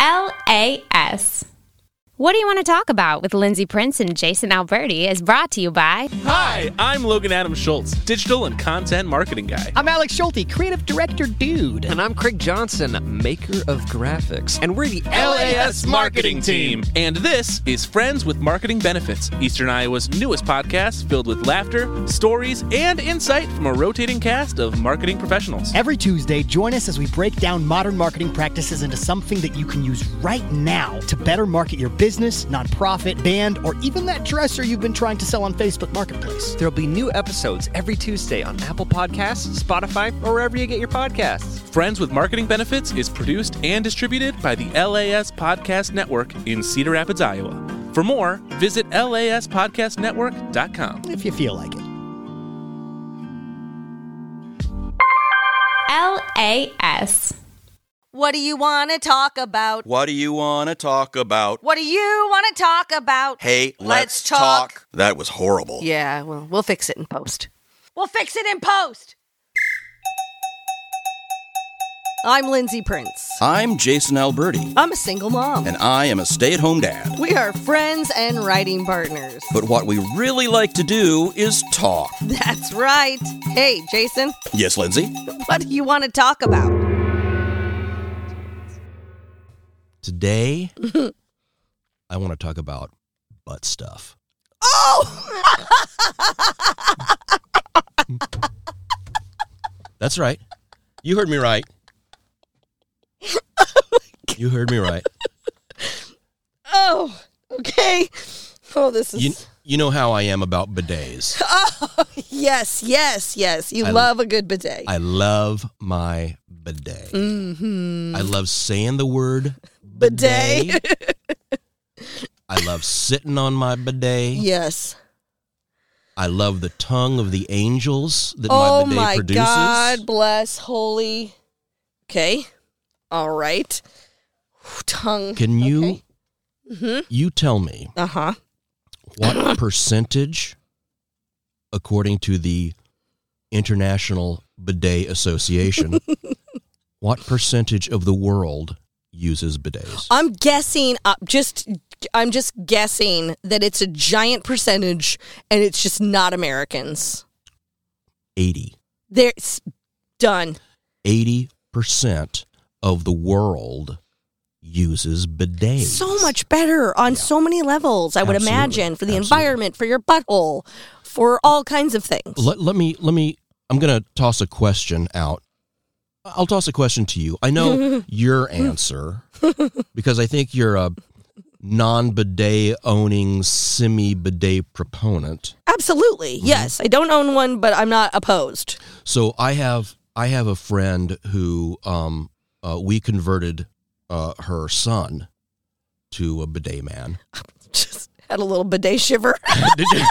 L A S. What do you want to talk about with Lindsay Prince and Jason Alberti is brought to you by Hi, I'm Logan Adam Schultz, digital and content marketing guy. I'm Alex Schulte, creative director dude. And I'm Craig Johnson, maker of graphics. And we're the And this is Friends with Marketing Benefits, Eastern Iowa's newest podcast filled with laughter, stories, and insight from a rotating cast of marketing professionals. Every Tuesday, join us as we break down modern marketing practices into something that you can use right now to better market your business, nonprofit, band, or even that dresser you've been trying to sell on Facebook Marketplace. There'll be new episodes every Tuesday on Apple Podcasts, Spotify, or wherever you get your podcasts. Friends with Marketing Benefits is produced and distributed by the LAS Podcast Network in Cedar Rapids, Iowa. For more, visit laspodcastnetwork.com. If you feel like it. L A S. What do you want to talk about? What do you want to talk about? What do you want to talk about? Hey, let's, talk. That was horrible. Yeah, well, we'll fix it in post. We'll fix it in post. I'm Lindsay Prince. I'm Jason Alberti, I'm a single mom. and I am a stay at home dad. we are friends and writing partners. But what we really like to do is talk. That's right. Hey, Jason, Yes, Lindsay? what do you want to talk about? Today, I want to talk about butt stuff. Oh! That's right. You heard me right. You heard me right. Oh, okay. Oh, this is. You, you know how I am about bidets. yes, yes, yes. You I- love a good bidet. I love my bidet. I love saying the word bidet. I love sitting on my bidet. yes. I love the tongue of the angels that oh my bidet my produces. God, bless holy. Okay, all right. Tongue. Can you Mhm. you tell me Uh huh. what percentage according to the International Bidet Association what percentage of the world uses bidets? I'm guessing. Uh, just I'm just guessing that it's a giant percentage, and it's just not Americans. 80. There's done. 80% of the world uses bidets. So much better on so many levels. I would Absolutely. imagine for the Absolutely. environment, for your butthole, for all kinds of things. Let, let me let me I'm going to toss a question out. I'll toss a question to you. I know your answer because I think you're a non-bidet owning semi-bidet proponent. Absolutely. Mm-hmm. Yes, I don't own one, but I'm not opposed. So I have I have a friend who um uh, we converted uh, her son to a bidet man. Just had a little bidet shiver. Did you?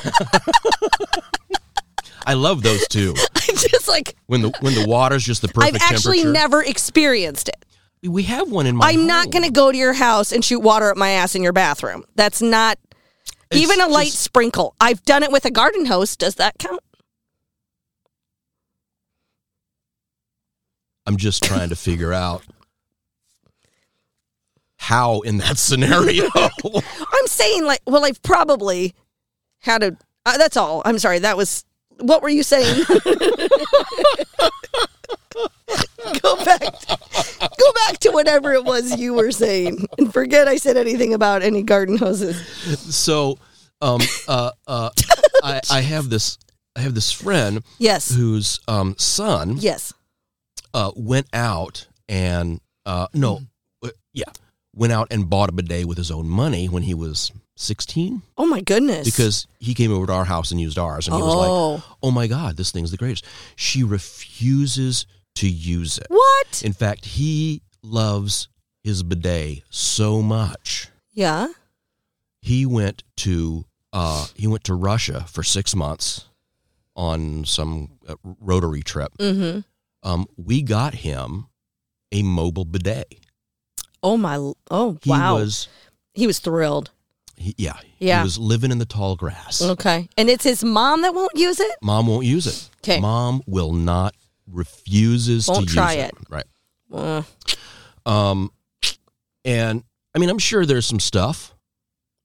I love those two. I'm just like When the when the water's just the perfect I've actually temperature. never experienced it. we have one in my. I'm not home. going to go to your house and shoot water at my ass in your bathroom. That's not It's even a light just- sprinkle. I've done it with a garden hose. Does that count? I'm just trying to figure out how in that scenario. I'm saying like, well, I've probably had a. Uh, that's all. I'm sorry. That was what were you saying? go back. Go back to whatever it was you were saying, and forget I said anything about any garden hoses. so, um, uh, uh, I, I have this I have this friend Yes. whose um son Yes. uh, went out and uh, no, uh, yeah, went out and bought a bidet with his own money when he was 16 Oh my goodness. because he came over to our house and used ours, and he was like, "Oh my god, this thing's the greatest." She refuses to use it. what? In fact, he loves his bidet so much Yeah. he went to uh, he went to Russia for six months on some uh, rotary trip. Mm-hmm. um, we got him a mobile bidet. Oh my. Oh He wow. was, he was thrilled. he, yeah, Yeah. he was living in the tall grass. Okay. And it's his mom that won't use it. Mom won't use it. 'Kay. Mom will not refuses Won't to try use it. Right. Uh, Um, And I mean, I'm sure there's some stuff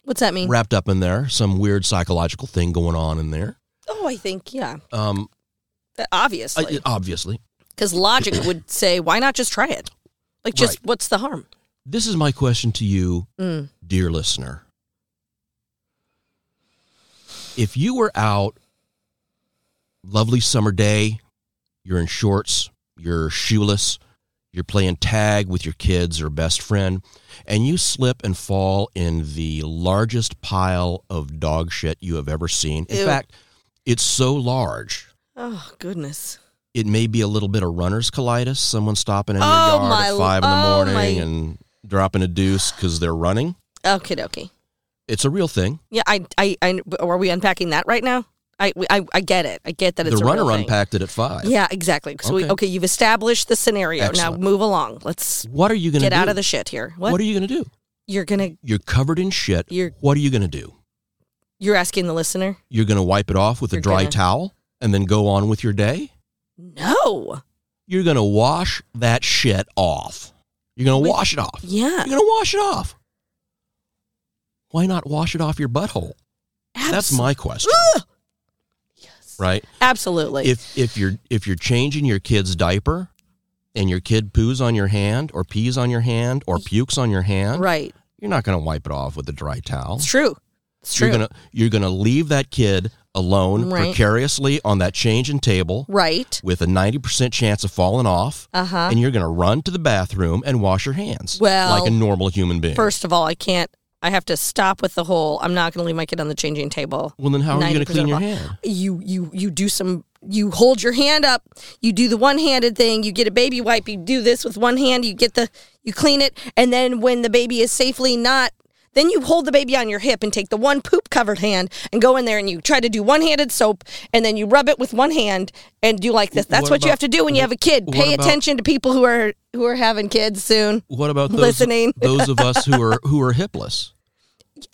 What's that mean? wrapped up in there, some weird psychological thing going on in there. oh, I think yeah, Um, that- I- obviously, obviously, because logic would say, why not just try it? Like, just Right. what's the harm? this is my question to you, Mm. dear listener. If you were out, lovely summer day, you're in shorts, you're shoeless, you're playing tag with your kids or best friend, and you slip and fall in the largest pile of dog shit you have ever seen. In Ew. fact, it's so large Oh goodness. it may be a little bit of runner's colitis. Someone stopping in your Oh, yard my at l- five in the oh, morning my- and dropping a deuce because they're running. Okay, dokie. It's a real thing. Yeah, I, I, I, are we unpacking that right now? I, we- I, I get it. I get that it's the a real runner thing. unpacked it at five. Yeah, exactly. So okay. Okay. We, okay, you've established the scenario. Excellent. Now move along. Let's What are you going to get do? out of the shit here. What? What? are you going to do? You're gonna. You're covered in shit. You're- what are you going to do? You're asking the listener. You're going to wipe it off with a You're dry gonna- towel and then go on with your day? No. You're going to wash that shit off. You're going to With- wash it off. Yeah. You're going to wash it off. Why not wash it off your butthole? That's Abso- my question. Yes. Right? Absolutely. if if you're if you're changing your kid's diaper and your kid poos on your hand or pees on your hand or pukes on your hand, right. you're not going to wipe it off with a dry towel. It's true. It's true. You're going to you're going to leave that kid alone Right. precariously on that changing table right. with a 90% chance of falling off Uh huh. and you're going to run to the bathroom and wash your hands Well, like a normal human being. First of all, I can't. I have to stop with the whole. I'm not going to leave my kid on the changing table. well, then how are you going 90% to clean of your all- hand? You you you do some. You hold your hand up. You do the one-handed thing. You get a baby wipe. You do this with one hand. You get the. You clean it, and then when the baby is safely not. Then you hold the baby on your hip and take the one poop covered hand and go in there and you try to do one handed soap and then you rub it with one hand and do like this. That's What what, you about- have to do when you have a kid. what Pay about- attention to people who are who are having kids soon. What about those Listening. those of us who are who are hipless?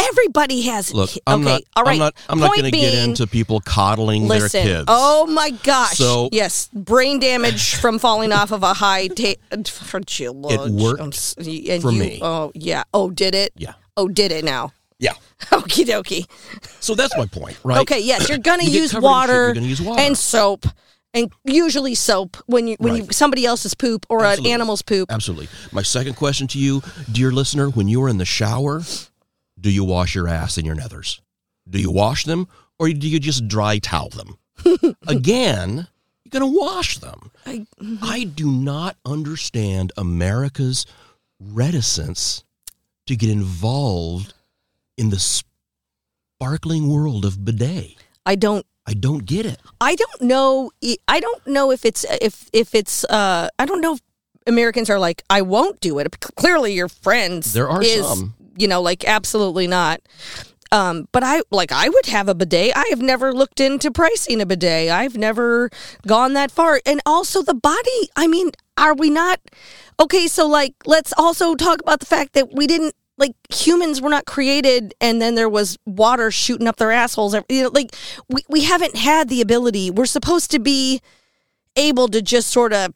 Everybody has. Look, ki- I'm okay, not. all right. I'm not. I'm not Point going to get being- into people coddling listen. their kids. Oh my gosh! So- yes, brain damage from falling off of a high. Ta- for Jill, It worked I'm s- and for you, me. Oh yeah. Oh, did it? yeah, Oh, did it now? yeah. Okie dokie. So that's my point, right? Okay. Yes, you're gonna You get use covered in shit, water. you're gonna use water. and soap. And usually soap when you when you Right. somebody else's poop or Absolutely. an animal's poop. Absolutely. My second question to you, dear listener, when you are in the shower, do you wash your ass and your nethers? Do you wash them, or do you just dry towel them? Again, you're going to wash them. I- I do not understand America's reticence to get involved in the sparkling world of bidet. I don't I don't get it. I don't know. e- I don't know if it's if if it's. Uh, I don't know. if Americans are like, I won't do it. C- Clearly, your friends. There are is, some. You know, like absolutely not. Um, but I like I would have a bidet. I have never looked into pricing a bidet. I've never gone that far. And also the body. I mean, are we not okay? So like, let's also talk about the fact that we didn't like humans were not created, and then there was water shooting up their assholes. every- You know, like we we haven't had the ability. We're supposed to be able to just sort of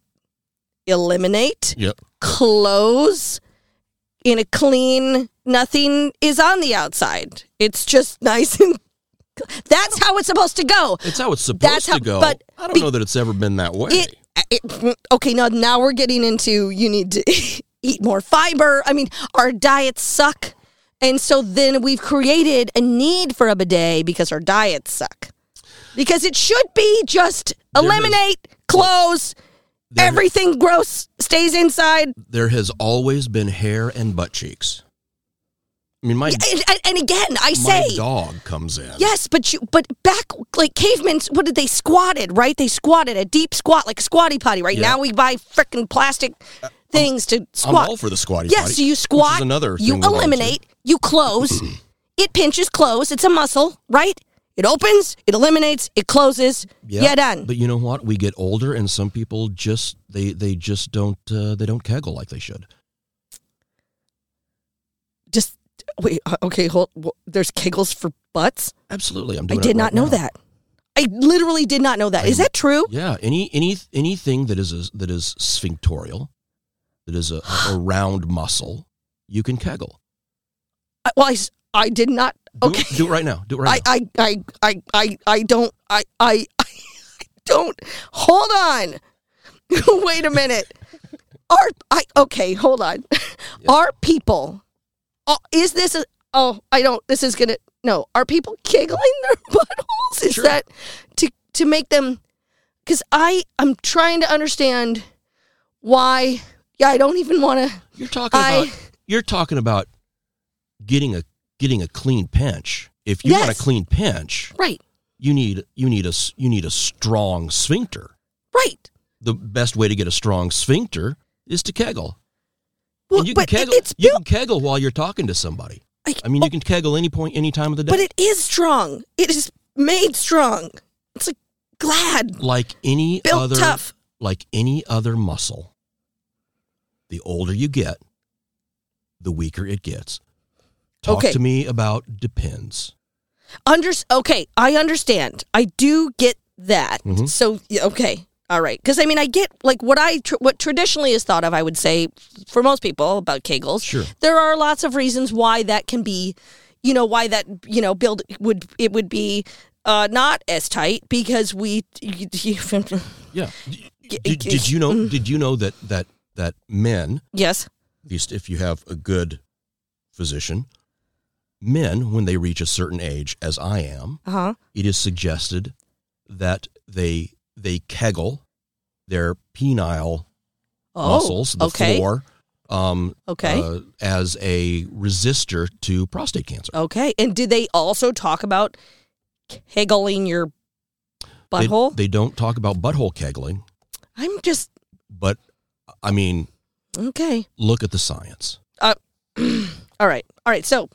eliminate, Yep. close in a clean. Nothing is on the outside. It's just nice and. That's how it's supposed to go. It's how it's supposed That's how- to go. but I don't be- know that it's ever been that way. It, it, mm, okay, now now we're getting into you need to eat more fiber. I mean, our diets suck, and so then we've created a need for a bidet because our diets suck. Because it should be just There is- eliminate, close, there- everything gross stays inside, there has always been hair and butt cheeks. I mean, my and, and- and again, I my say. dog comes in. Yes, but you but back like cavemen, what did they squatted right? They squatted a deep squat like a squatty potty. Right Yeah. Uh, now we buy frickin' plastic things to I'm squat. all for the squatty. Yes, potty, so you which is squat, another you thing we're going to. eliminate, you close. it pinches close. It's a muscle, right? It opens, it eliminates, it closes. Yeah, Yeah, done. But you know what? We get older, and some people just they they just don't uh, they don't keggle like they should. Just wait. uh, Okay, hold. wh- There's kegels for butts. Absolutely, I'm I doing. it did right not know now. that. I literally did not know that. Is I- that true? Yeah, any any anything that is a, that is sphinctorial, that is a, a round muscle, you can keggle. I, well, I, s- I did not. Do, Okay. do it right now. Do it right I, I, I, I, I, I don't, I, I, I don't. Hold on. Wait a minute. Are I okay? Hold on. Are people? Oh, is this a? Oh, I don't. This is gonna. No. Are people giggling their buttholes? Is that to to make them? Because I I'm trying to understand why. Yeah, I don't even want to. now. You're talking I- about you're talking about getting a getting a clean pinch. If you want a Yes. clean pinch, Right. you need you need a s- you need a strong sphincter. Right. The best way to get a strong sphincter is to keggle. Well, and you can but it- keggle. it's you built. can keggle while you're talking to somebody. I mean, you can keggle any point, any time of the day. Oh. But it is strong. It is made strong. It's like glad. like any Built other tough. like any other muscle the older you get the weaker it gets talk Okay. to me about depends Under okay, I understand. I do get that. Mhm. So yeah, okay, all right. Because I mean, I get like what I tr- what traditionally is thought of. I would say for most people about Kegels, Sure. there are lots of reasons why that can be, you know, why that you know build would it would be uh not as tight because we. yeah did, did you mm-hmm. know did you know that that that men yes. at least if you have a good physician men when they reach a certain age as i am Uh huh. it is suggested that they they keggle their penile Oh, muscles, the okay. floor, um, Okay. uh, as a resistor to prostate cancer. Okay. And did they also talk about kegeling your They- butthole? They, don't talk about butthole kegling, I'm just but I mean, okay. look at the science. Uh, all right. All right. So,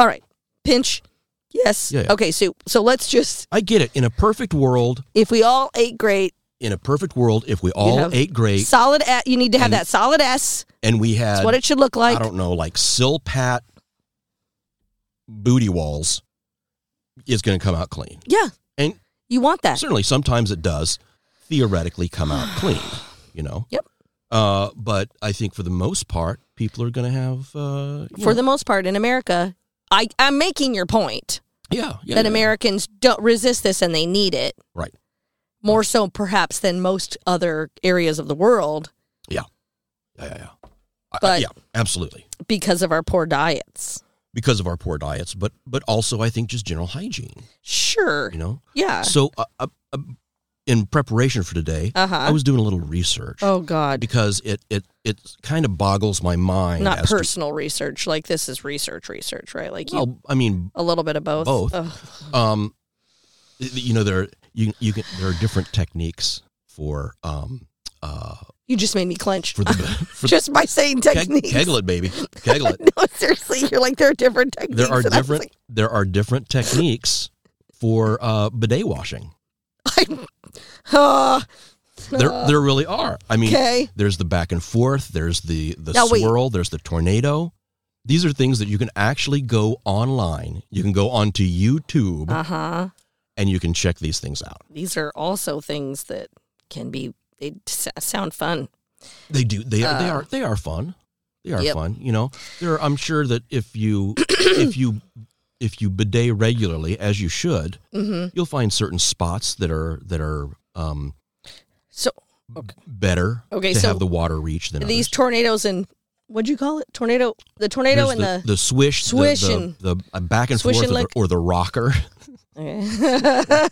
all right. Pinch. Yes. Yeah, yeah. Okay. So, so let's just I get it. In a perfect world, if we all ate great, in a perfect world, if we all have ate great solid. A, you need to have And- that solid S. and we That's had, what it should look like. I don't know, like silpat booty walls, is going to come out clean. yeah. And You want that. certainly sometimes it does theoretically come out clean you know Yep. uh, but i think for the most part people are going to have uh, you For know- the most part, in America, I I'm making your point yeah, yeah that yeah. Americans don't resist this and they need it right more so perhaps than most other areas of the world yeah yeah yeah, yeah. I- I- But- yeah absolutely because of our poor diets. because of our poor diets but but also i think just general hygiene Sure. you know Yeah. so uh, uh, uh, in preparation for today Uh-huh. i was doing a little research oh God. because it it it kind of boggles my mind Not as to- personal research. Like this is research, research, right? Like you well i mean a little bit of both. Both. Ugh. um you know there you you can there are different techniques for um uh You just made me clench. for the for the- just by saying keg, techniques. keggle it baby keggle it no, seriously, you're like there are different techniques. there are and I was different like, there are different techniques for uh bidet washing I'm- uh, there there really are i mean okay. there's the back and forth there's the the Now, wait. swirl there's the tornado these are things that you can actually go online you can go onto youtube Uh huh. and you can check these things out These are also things that can be. They s- sound fun. They do. They are. They Uh, are. They are fun. They are yep. fun. You know, there. Are, I'm sure that if you, if you, if you bidet regularly as you should, hmm you'll find certain spots that are that are um So better. Okay, to so have the water reach than these others. tornadoes and what'd you call it? Tornado. The tornado There's and the. the swish, the- swish the, and- the, uh, back and swish forth, and or the, lick. or the rocker, Okay.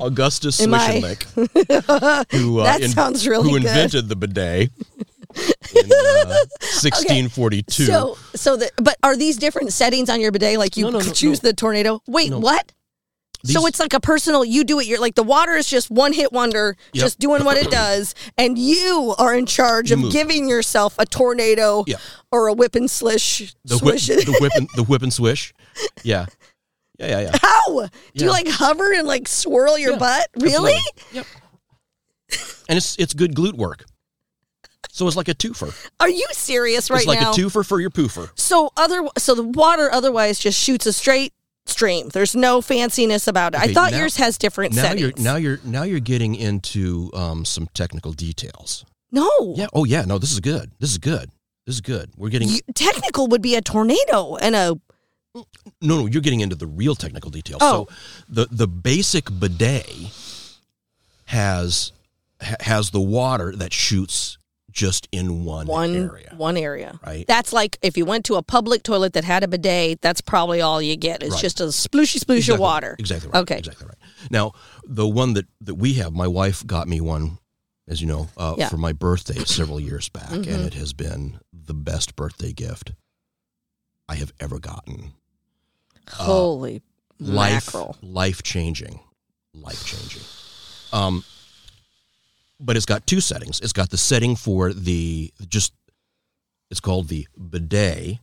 Augustus Swish Am and I- Lick, who, uh, that in- sounds really who good. invented the bidet in uh, 1642. So, so the but are these different settings on your bidet? Like you No, no, no, choose the tornado. Wait, No. what? so These- it's like a personal. You do it. You're like the water is just one hit wonder, Yep. just doing what it does, and you are in charge You of move. giving yourself a tornado Yeah. or a whip and slish the whip, swish. the whip, and, the whip and swish. Yeah, yeah, yeah, yeah. How do you Yeah. like hover and like swirl your Yeah, butt? Really? Absolutely. Yep. And it's it's good glute work. So it's like a twofer. Are you serious right it's like now? a twofer for your poofer. so other so the water otherwise just shoots a straight stream. There's no fanciness about it. I Okay, thought now- yours has different Now settings. you're now you're now you're getting into um, some technical details. no. Yeah. Oh yeah. No, this is good. This is good. This is good. We're getting You- technical would be a tornado and a no, no. You're getting into the real technical details. Oh. So the the basic bidet has ha- has the water that shoots just in one, one area. one area. Right. That's like if you went to a public toilet that had a bidet, that's probably all you get. It's Right. just a splooshy sploosh of Exactly- water. Exactly right. Okay. Exactly right. Now, the one that, that we have, my wife got me one, as you know, uh, Yeah. Mm-hmm. for my birthday several years back, and it has been the best birthday gift I have ever gotten. Holy Uh, Life, mackerel. life changing, life changing. Um, but it's got two settings. It's got the setting for the just, it's called the bidet,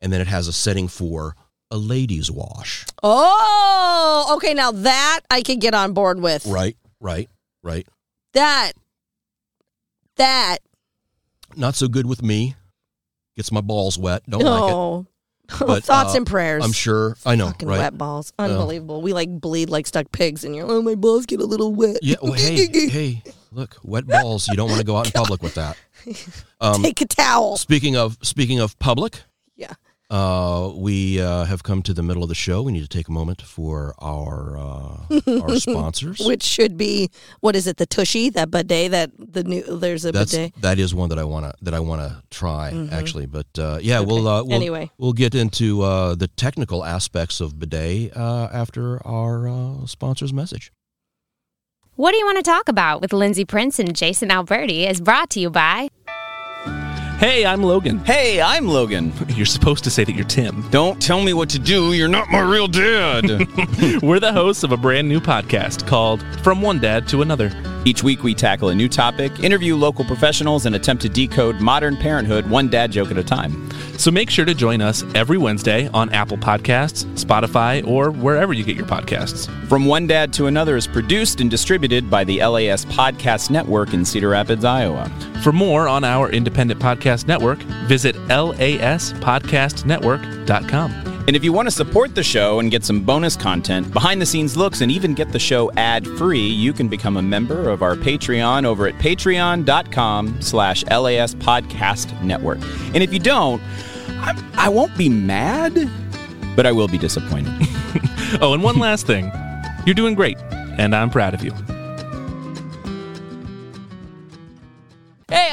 and then it has a setting for a ladies' wash. Oh, okay. Now that I can get on board with. Right, right, right. That. That. not so good with me. Gets my balls wet. Don't like No. it. But, Thoughts uh, and prayers. I'm sure. I know, Oh, Fucking right? Uh. wet balls. Unbelievable. We like bleed like stuck pigs, and you're, oh, my balls get a little wet. Yeah. Well, hey, hey, look, wet balls. You don't want to go out in public with that. Um, Take a towel. speaking of speaking of public, Yeah. uh, we uh, have come to the middle of the show. We need to take a moment for our uh, our sponsors. Which should be, what is it, the tushy, that bidet, that the new, there's a That's bidet. Mm-hmm. that is one that I wanna that I wanna try actually, but uh, yeah, we'll uh, we'll Anyway. we'll get into uh, the technical aspects of bidet uh, after our uh, sponsor's message. What do you want to talk about with Lindsay Prince and Jason Alberti is brought to you by Hey, I'm Logan. Hey, I'm Logan. You're supposed to say that you're Tim. Don't tell me what to do. You're not my real dad. We're the hosts of a brand new podcast called From One Dad to Another. Each week, we tackle a new topic, interview local professionals, and attempt to decode modern parenthood one dad joke at a time. So make sure to join us every Wednesday on Apple Podcasts, Spotify, or wherever you get your podcasts. From One Dad to Another is produced and distributed by the LAS Podcast Network in Cedar Rapids, Iowa. For more on our independent podcast network, visit laspodcastnetwork.com. And if you want to support the show and get some bonus content, behind the scenes looks, and even get the show ad free, you can become a member of our Patreon over at patreon.com slash LAS Podcast Network. And if you don't, I, I won't be mad, but I will be disappointed. Oh, and one last thing you're doing great, and I'm proud of you. Hey,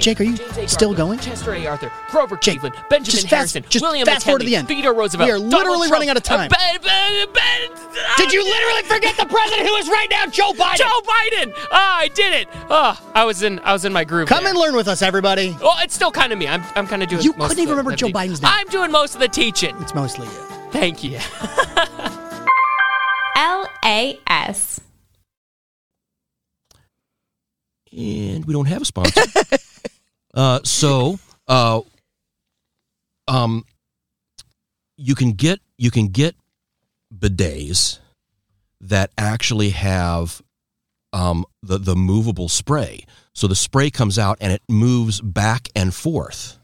Jake, are you still going? Chester A. Arthur, Grover Jake, Cleveland, Benjamin just fast- Harrison, just William fast McKinley, forward to the end. Theodore Roosevelt. We are Donald literally Trump, running out of time. uh, Ben- Ben- Ben- Did you literally forget the president who is right now, Joe Biden? Joe Biden! Ah, I did it! Ah, I was in I was in my groove. Come there. and learn with us, everybody. Well, it's still kind of me. I'm, I'm kind of doing. You most couldn't of even the- remember the Joe teach- Biden's name. I'm doing most of the teaching. It's mostly you. Thank you. L A S. and we don't have a sponsor. uh, so, uh, um, you can get you can get bidets that actually have um, the the movable spray. So the spray comes out and it moves back and forth.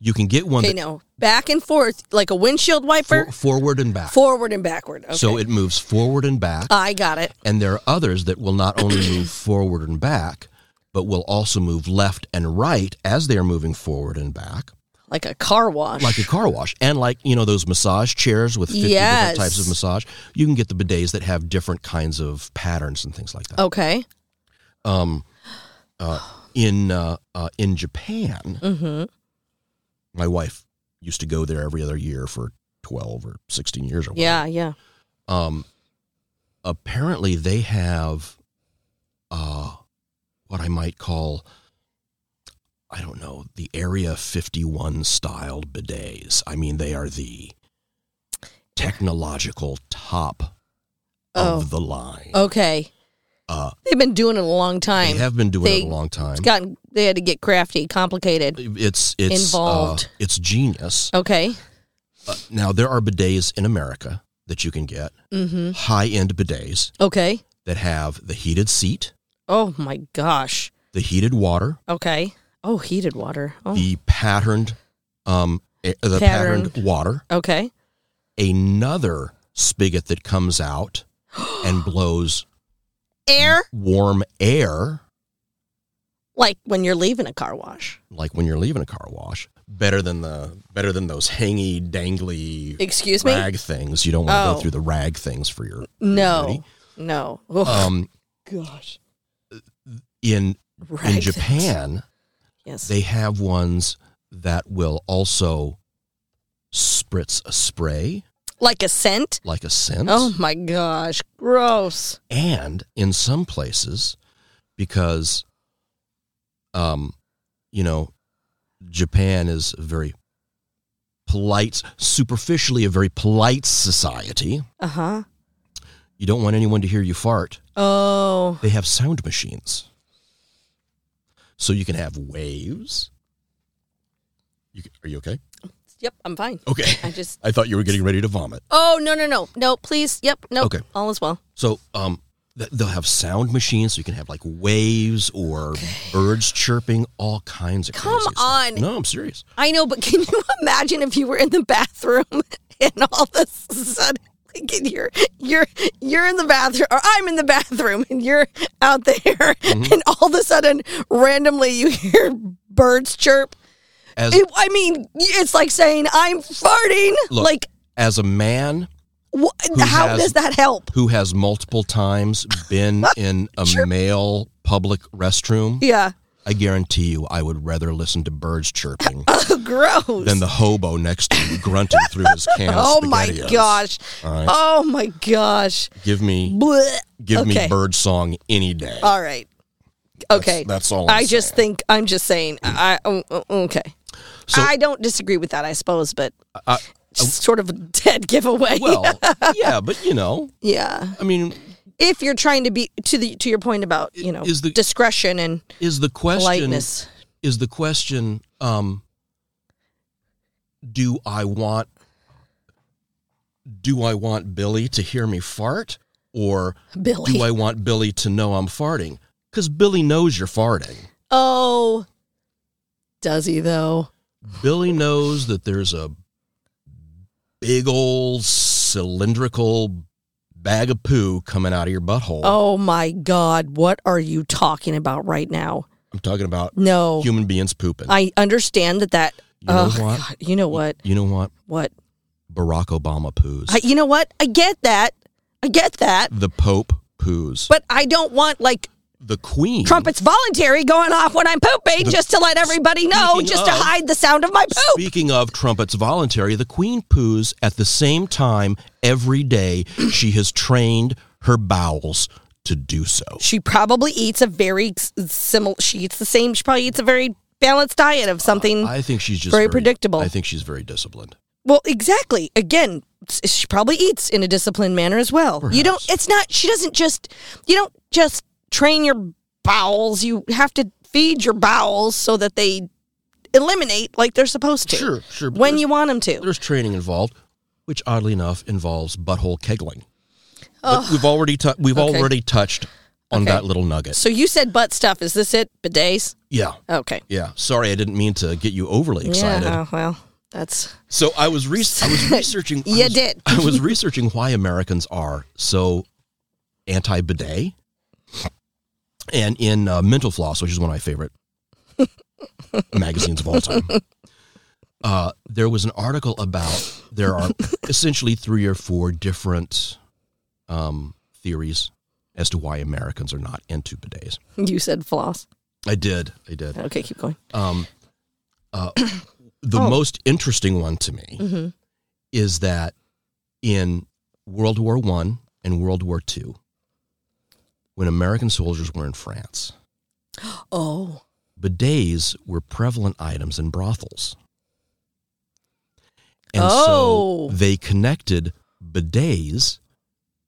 You can get one Okay, that no. Back and forth, like a windshield wiper, for, forward and back. forward and backward. Okay. Uh, So it moves forward and back. I got it. And there are others that will not only move forward and back, but will also move left and right as they are moving forward and back, Like a car wash. like a car wash. And like, you know, those massage chairs with 50 Yes. different types of massage, you can get the bidets that have different kinds of patterns and things like that. okay. Um, uh, in, uh, uh, in Japan, Mm-hmm. my wife used to go there every other year for 12 or 16 years or whatever. Yeah, yeah. um apparently they have uh what i might call i don't know the area 51 styled bidets i mean they are the technological top Oh. of the line Okay. They've been doing it a long Uh, They time. have been doing They- it a long time. It's gotten. They had to get crafty, complicated. It's it's involved. Uh, it's genius. Uh, Okay. Now there are bidets in America that you can get, Mm-hmm. high end bidets Okay. that have the heated seat, Oh my gosh. the heated water, Okay. Oh, heated water. Oh. the patterned, um, a- the patterned water, Okay. another spigot that comes out and blows Air, warm air, like when you're leaving a car wash. like when you're leaving a car wash. Better than the better than those hangy dangly Excuse me. rag things. You don't want to Oh. go through the rag things for your No. No. Oh um gosh. in Rag in things. Japan. Yes. They have ones that will also spritz a spray like a scent. like a scent. Oh my gosh. Gross. And in some places, because, um, you know, Japan is a very polite, superficially a very polite society. Uh huh. You don't want anyone to hear you fart. Oh. They have sound machines. So you can have waves. You, c- are you okay? Yep. I'm fine. Okay. I just. I thought you were getting ready to vomit. Oh no no no no! Please. Yep. No. Okay. All is well. So, um, th- they'll have sound machines, so you can have like waves or birds chirping, all kinds of. Come crazy stuff. on. No, I'm serious. I know, but can you imagine if you were in the bathroom and all of a sudden like, and you're you're you're in the bathroom or I'm in the bathroom and you're out there Mm-hmm. and all of a sudden randomly you hear birds chirp. As It- I mean, it's like saying I'm farting. Look. like as a man wha Who how has- does that help? who has multiple times been in a male public restroom, Yeah. I guarantee you, I would rather listen to birds chirping Gross. than the hobo next to you grunting through his can. of oh my SpaghettiOs. gosh. All right. Oh my gosh. Give me, Blech. give okay. Uh, me bird song any day. All right. Okay. that's all I'm i just saying. Mm. think I'm just saying. I I- o- o- okay. So- I don't disagree with that, I suppose, but I- just sort of a dead giveaway. well, yeah, but you know, yeah. I mean, If you're trying to be to the to your point about you know Is the- discretion and is the question politeness. is the question um do i want do i want billy to hear me fart or Billy. do i want billy to know i'm farting because billy knows you're farting oh, does he though? billy knows that there's a big old cylindrical bag of poo coming out of your butthole Oh my God! What are you talking about right now? i'm talking about No, human beings pooping I understand that that. You know oh, what? God, you know what? you know what What? barack obama poos I, you know what? I get that. I get that. the pope poos But I don't want like the queen trumpets voluntary going off when I'm pooping The- just to let everybody know, Speaking just to of- hide the sound of my poop. Speaking of trumpets voluntary, the queen poos at the same time every day. She has trained her bowels to do so. She probably eats a very similar. She eats the same. She probably eats a very balanced diet of something. Uh, I think she's just Very predictable. I think she's very disciplined. well, exactly. Again, s- she probably eats in a disciplined manner as well. You don't. It's not. She doesn't just. You don't just train your bowels. You have to feed your bowels so that they eliminate like they're supposed to. Sure, sure, but When there's- you want them to. There's training involved, which oddly enough involves butthole kegling. But we've already tou- we've Okay. already touched on Okay. that little nugget. So you said butt stuff. Is this it? Bidets. Yeah, Okay. yeah. Sorry, I didn't mean to get you overly excited. Yeah, oh, well, that's So I was re- I was researching. I You was- did. I was researching why Americans are so anti bidet, and in uh, Mental Floss, which is one of my favorite magazines of all time. Uh, there was an article about there are essentially three or four different um, theories as to why Americans are not into bidets. you said floss. I did, I did. Okay, keep going. Um, uh, the Oh. most interesting one to me Mm-hmm. is that in World War One and World War Two, when American soldiers were in France, Oh, bidets were prevalent items in brothels, and Oh. so they connected bidets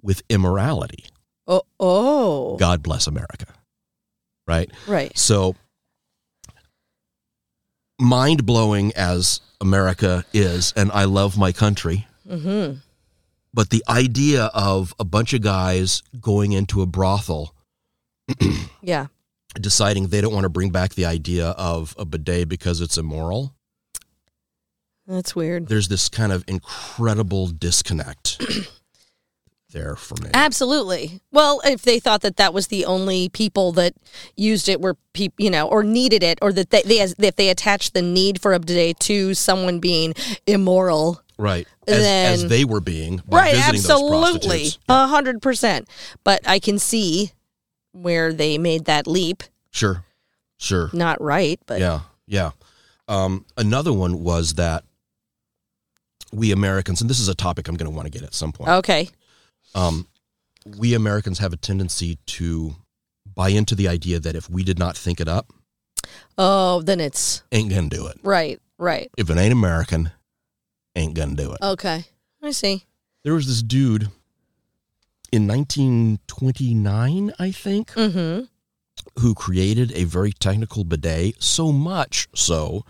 with immorality. Oh, oh. God bless America. Right? right. So mind blowing as America is, and I love my country. Mm-hmm. but the idea of a bunch of guys going into a brothel Yeah. deciding they don't want to bring back the idea of a bidet because it's immoral That's weird. there's this kind of incredible disconnect there for me Absolutely. Well, if they thought that that was the only people that used it were people, you know, or needed it, or that they, they if they attached the need for a bidet to someone being immoral, right as, Then- as they were being by right? visiting those Absolutely, prostitutes. a hundred percent. But I can see where they made that leap. sure sure Not right, but yeah yeah um, another one was that we americans and this is a topic i'm going to want to get at some point okay. um, we Americans have a tendency to buy into the idea that if we did not think it up, Oh, then it's ain't gonna do it. right, right. If it ain't American, ain't gonna do it. Okay, I see. There was this dude in 1929, I think, Mm-hmm. who created a very technical bidet, so much so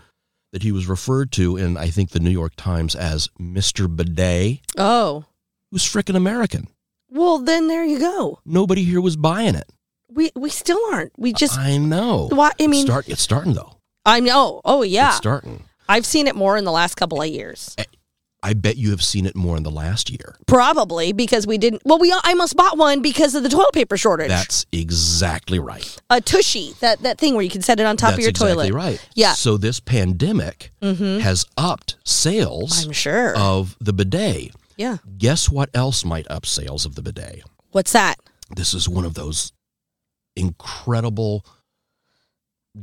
that he was referred to in, I think, the New York Times as Mr. Bidet, Oh, who's frickin' American. well, then there you go. Nobody here was buying it. We we still aren't. We just I know. Why- I It's mean- start, it's starting though. I know. Oh yeah. It's starting. I've seen it more in the last couple of years. Eh. I bet you have seen it more in the last year. Probably because we didn't well we I almost bought one because of the toilet paper shortage. That's exactly right. a tushy, that that thing where you can set it on top That's of your exactly toilet. right. Yeah. So this pandemic Mhm. has upped sales I'm sure. of the bidet. yeah. Guess what else might up sales of the bidet? What's that? This is one of those incredible,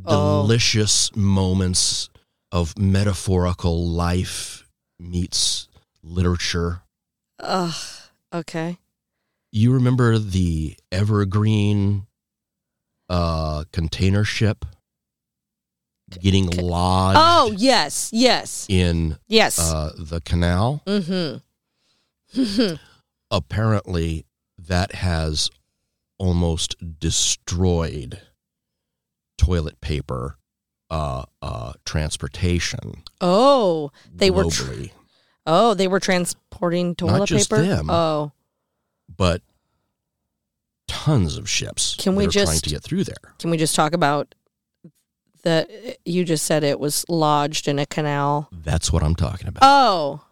Oh. delicious moments of metaphorical life meets literature. Ugh. Okay. You remember the evergreen uh, container ship getting lodged Oh yes, yes. in Yes. uh, the canal? mm-hmm. Apparently, that has almost destroyed toilet paper uh, uh, transportation. oh. They were tr- globally. oh, they were transporting toilet just paper. them. Oh. but tons of ships Can that we are trying just- to get through there. Can we just talk about that you just said it was lodged in a canal? That's what I'm talking about. Oh.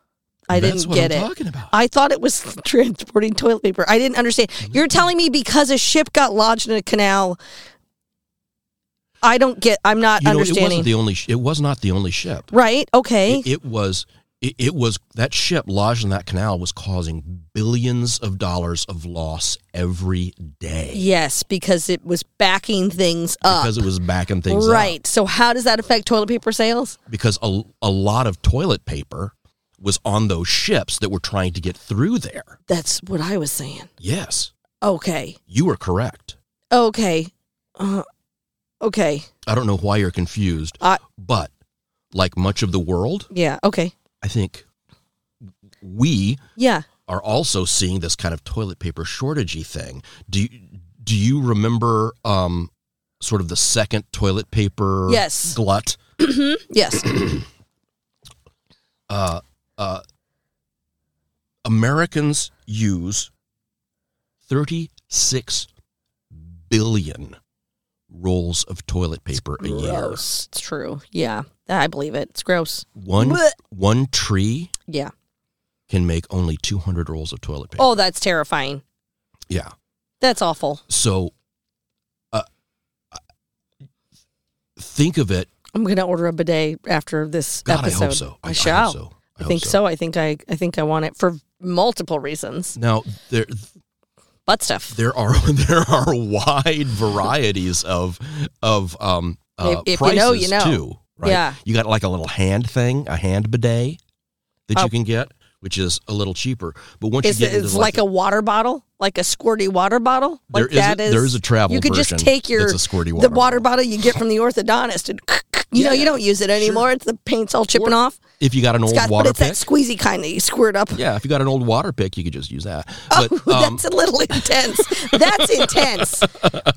I That's didn't what get I'm it. Talking about. I thought it was transporting toilet paper. I didn't understand. You're telling me because a ship got lodged in a canal. I don't get. I'm not you know, it Uh, understanding. wasn't the only. Sh- it was not the only ship. right? Okay. It, it was it, it was that ship lodged in that canal was causing billions of dollars of loss every day yes, because it was backing things up. because it was backing things right. So how does that affect toilet paper sales? up because a, a lot of toilet paper was on those ships that were trying to get through there. That's what I was saying. Yes, Okay. you were correct. Okay. Uh, okay. I don't know why you're confused, I- but like much of the world, Yeah. Okay. I think we Yeah. are also seeing this kind of toilet paper shortagey thing. Do you, do you remember um, sort of the second toilet paper Yes. glut? Yes. Uh, uh, Americans use 36 billion rolls of toilet paper a year. gross. It's true. Yeah. I believe it. It's gross. One Blech. one tree Yeah. can make only 200 rolls of toilet paper. Oh, that's terrifying. Yeah. That's awful. So uh, uh, think of it I'm gonna order a bidet after this God, episode. I hope so. I, I hope shall. so. I hope think so. I think I. I think I want it for multiple reasons. Now there Butt stuff. there are there are wide varieties of of um If- uh, if you prices know, you know. too. Right? Yeah. you got like a little hand thing, a hand bidet that Oh. you can get, which is a little cheaper. But once It's, you get it's into like, like a water bottle, like a squirty water bottle. There Like is a- that is. there is a travel You could just version take your that's a squirty the water water bottle. bottle you get from the orthodontist, and you know you don't use it anymore. It's the paint's all chipping off. If you got an old Scott, but water it's pick, that squeezy kind that you squirt up. yeah. If you got an old water pick, you could just use that. Oh, but um, that's a little intense. That's intense.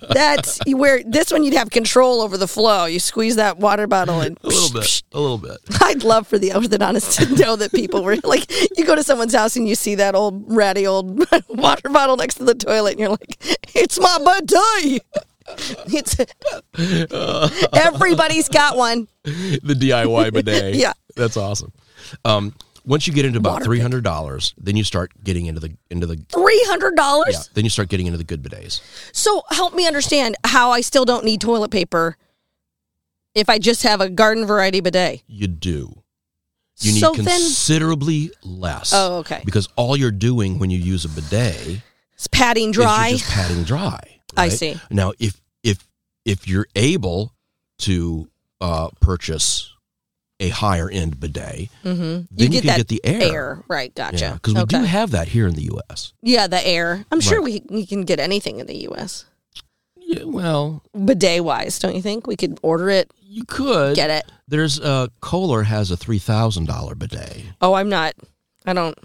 That's you where this one you'd have control over the flow. You squeeze that water bottle and a little bit, a little bit. I'd love for the orthodontist to know that people were like, you go to someone's house and you see that old ratty old water bottle next to the toilet, and you're like, it's my birthday. It's everybody's got one. the DIY bidet. Yeah. that's awesome. Um, once you get into about Water three hundred dollars, then you start getting into the into the Three hundred dollars. yeah. Then you start getting into the good bidets. So help me understand how I still don't need toilet paper if I just have a garden variety bidet. You do. You need so then considerably less. Oh, okay. Because all you're doing when you use a bidet it's patting is dry. you're just patting dry. I right? see. Now, if if if you're able to uh, purchase a higher end bidet, mm-hmm. then you, can get the air. right? Gotcha. Yeah, because we okay. do have that here in the U.S. yeah, the air. I'm sure Right. we we can get anything in the U.S. Yeah, well, bidet wise, don't you think? We could order it, you could get it. There's uh, Kohler has a three thousand dollar bidet. Oh, I'm not. I don't.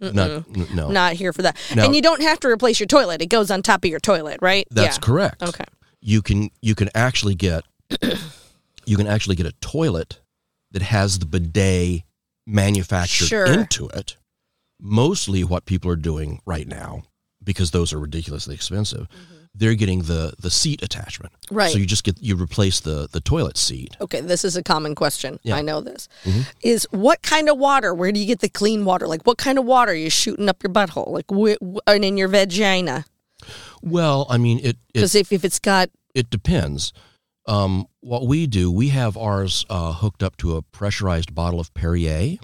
Not, n- no, Not here for that. No. And you don't have to replace your toilet. It goes on top of your toilet, right? that's yeah. correct. Okay. you can you can actually get you can actually get a toilet that has the bidet manufactured Sure. into it. Mostly what people are doing right now, because those are ridiculously expensive, they're getting the the seat attachment. Mm-hmm. Right. So you just get you replace the the toilet seat. Okay, this is a common question. Yeah. Mm-hmm. I know this. Is what kind of water? Where do you get the clean water? Like, what kind of water are you shooting up your butthole? Like, wh- wh- and in your vagina? Well, I mean it it, Because if, if it's got it depends. Um, what we do, we have ours uh, hooked up to a pressurized bottle of Perrier.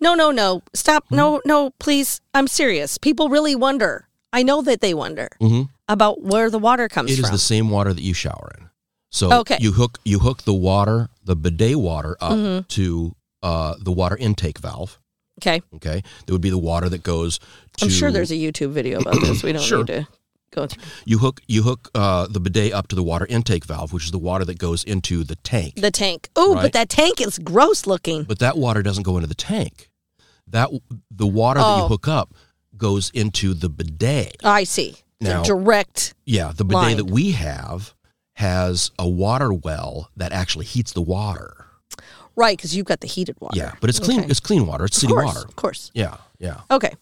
no, no, no, stop, no, Mm-hmm. no, please, I'm serious. People really wonder. I know that they wonder Mhm. about where the water It comes is from. the same water that you shower in. So Okay. you hook you hook the water, the bidet water, up Mm-hmm. to uh, the water intake valve. okay, Okay, that would be the water that goes. To, I'm sure there's a YouTube video about this. We don't Sure. need to go through you hook you hook uh, the bidet up to the water intake valve, which is the water that goes into the tank. the tank. Oh, Right. but that tank is gross looking. but that water doesn't go into the tank. That the water that you Oh. hook up goes into the bidet. I see. It's a Now- direct. Yeah, the bidet line. that we have has a water well that actually heats the water. Right, because you've got the heated water. Yeah, but it's clean. Okay. It's clean water. It's Of city course, water. Of course. Yeah, yeah. Okay.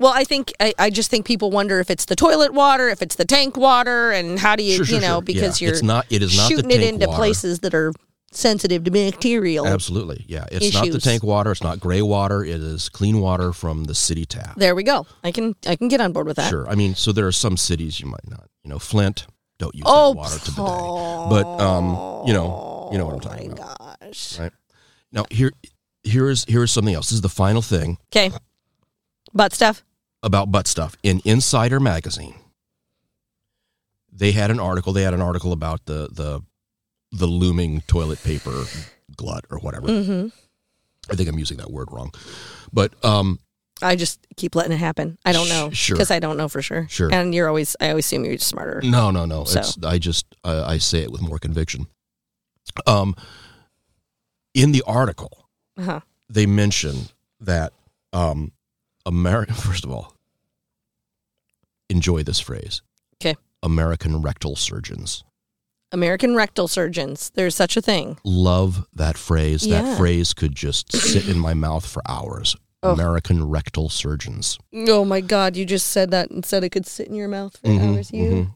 Well, I think I, I just think people wonder if it's the toilet water, if it's the tank water, and how do you Sure, sure, you know sure. because Yeah. you're It's not- it is not the shooting it tank into water. places that are sensitive to bacterial. Absolutely. Yeah, it's not the Issues. tank water. It's not gray water. It is clean water from the city tap. There we go. I can I can get on board with that. Sure. I mean, so there are some cities you might not. You know, Flint don't use Oh, that water to bidet. But um, you know, you know what Oh I'm talking about. Gosh. Right. Now here, here is here is something else. This is the final thing Okay. Butt stuff. about butt stuff in Insider magazine. They had an article. They had an article about the the the looming toilet paper glut or whatever. Mm-hmm. I think I'm using that word wrong, but um, I just keep letting it happen. I don't Sh- know sure. because I don't know for sure. Sure. And you're always I always assume you're smarter. no, no, no. So. It's I just uh, I say it with more conviction. Um, in the article, Uh-huh. they mention that um, America. First of all, enjoy this phrase. 'Kay. American rectal surgeons. American rectal surgeons. There's such a thing. love that phrase. Yeah. Oh. That phrase could just sit in my mouth for hours. Ugh. American rectal surgeons. Oh my God! You just said that and said it could sit in your mouth for Mhm, hours. You, mhm.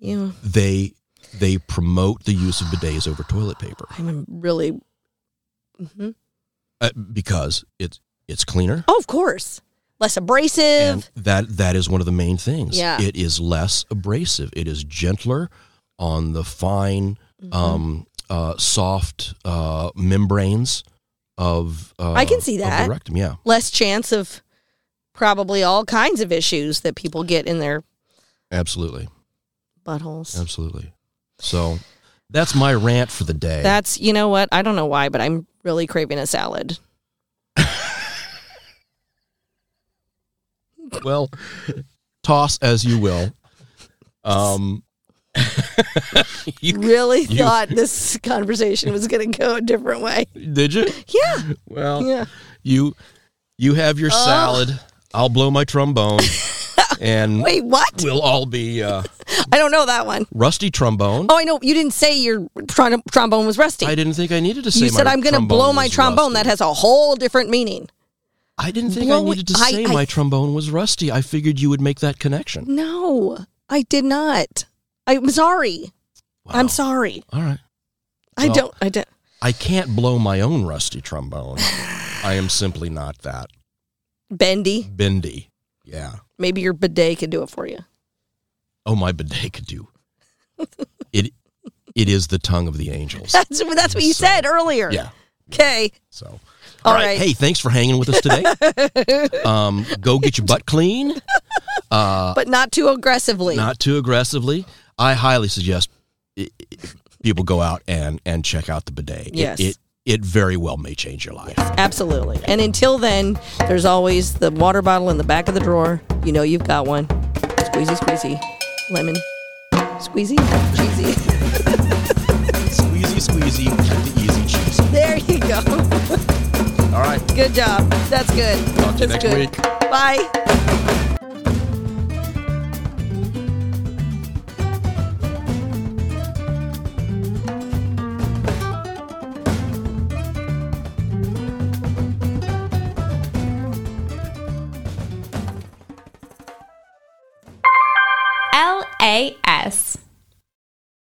you. They they promote the use of bidets over toilet paper I'm really. hmm uh, because it's it's cleaner Oh, of course, less abrasive. and that that is one of the main things. Yeah. It is less abrasive. It is gentler on the fine Mm-hmm. um uh soft uh membranes of uh, I can see of the that. rectum, yeah. less chance of probably all kinds of issues that people get in their Absolutely. buttholes. Absolutely. So that's my rant for the day. That's you know what I don't know why, but I'm really craving a salad. well, toss as you will. Um, really thought this conversation was going to go a different way. Did you? Yeah. Well, Yeah. you you have your Oh. salad. I'll blow my trombone, and Wait, what? we'll all be uh, I don't know that one. rusty trombone. Oh, I know. You didn't say your trom- trombone was rusty. I didn't think I needed to say. you said my I'm going to trombone blow my was trombone. rusty. That has a whole different meaning. I didn't think I blow it- needed to I- say I- Mm, my trombone was rusty. I figured you would make that connection. No, I did not. I'm sorry. I'm Wow. sorry. All right. I Well- don't. I don't. I can't blow my own rusty trombone. I am simply not that Bendy. bendy. Yeah. Maybe your bidet can do it for you. Oh, my bidet could do. It. It is the tongue of the angels. That's that's what you So- said earlier. Yeah. Okay. So. All All right. right. Hey, thanks for hanging with us today. um, go get your butt clean, but not too aggressively. Uh, not too aggressively. I highly suggest i- i- people go out and and check out the bidet. It- Yes. It, it very well may change your life. Absolutely. And until then, there's always the water bottle in the back of the drawer. You know you've got one. Squeezy, squeezy, lemon, squeezy, cheesy. Squeezy, squeezy, get the easy cheese. There you go. All right. Good job. That's good. Talk to you That's next good. week. Bye. L A S.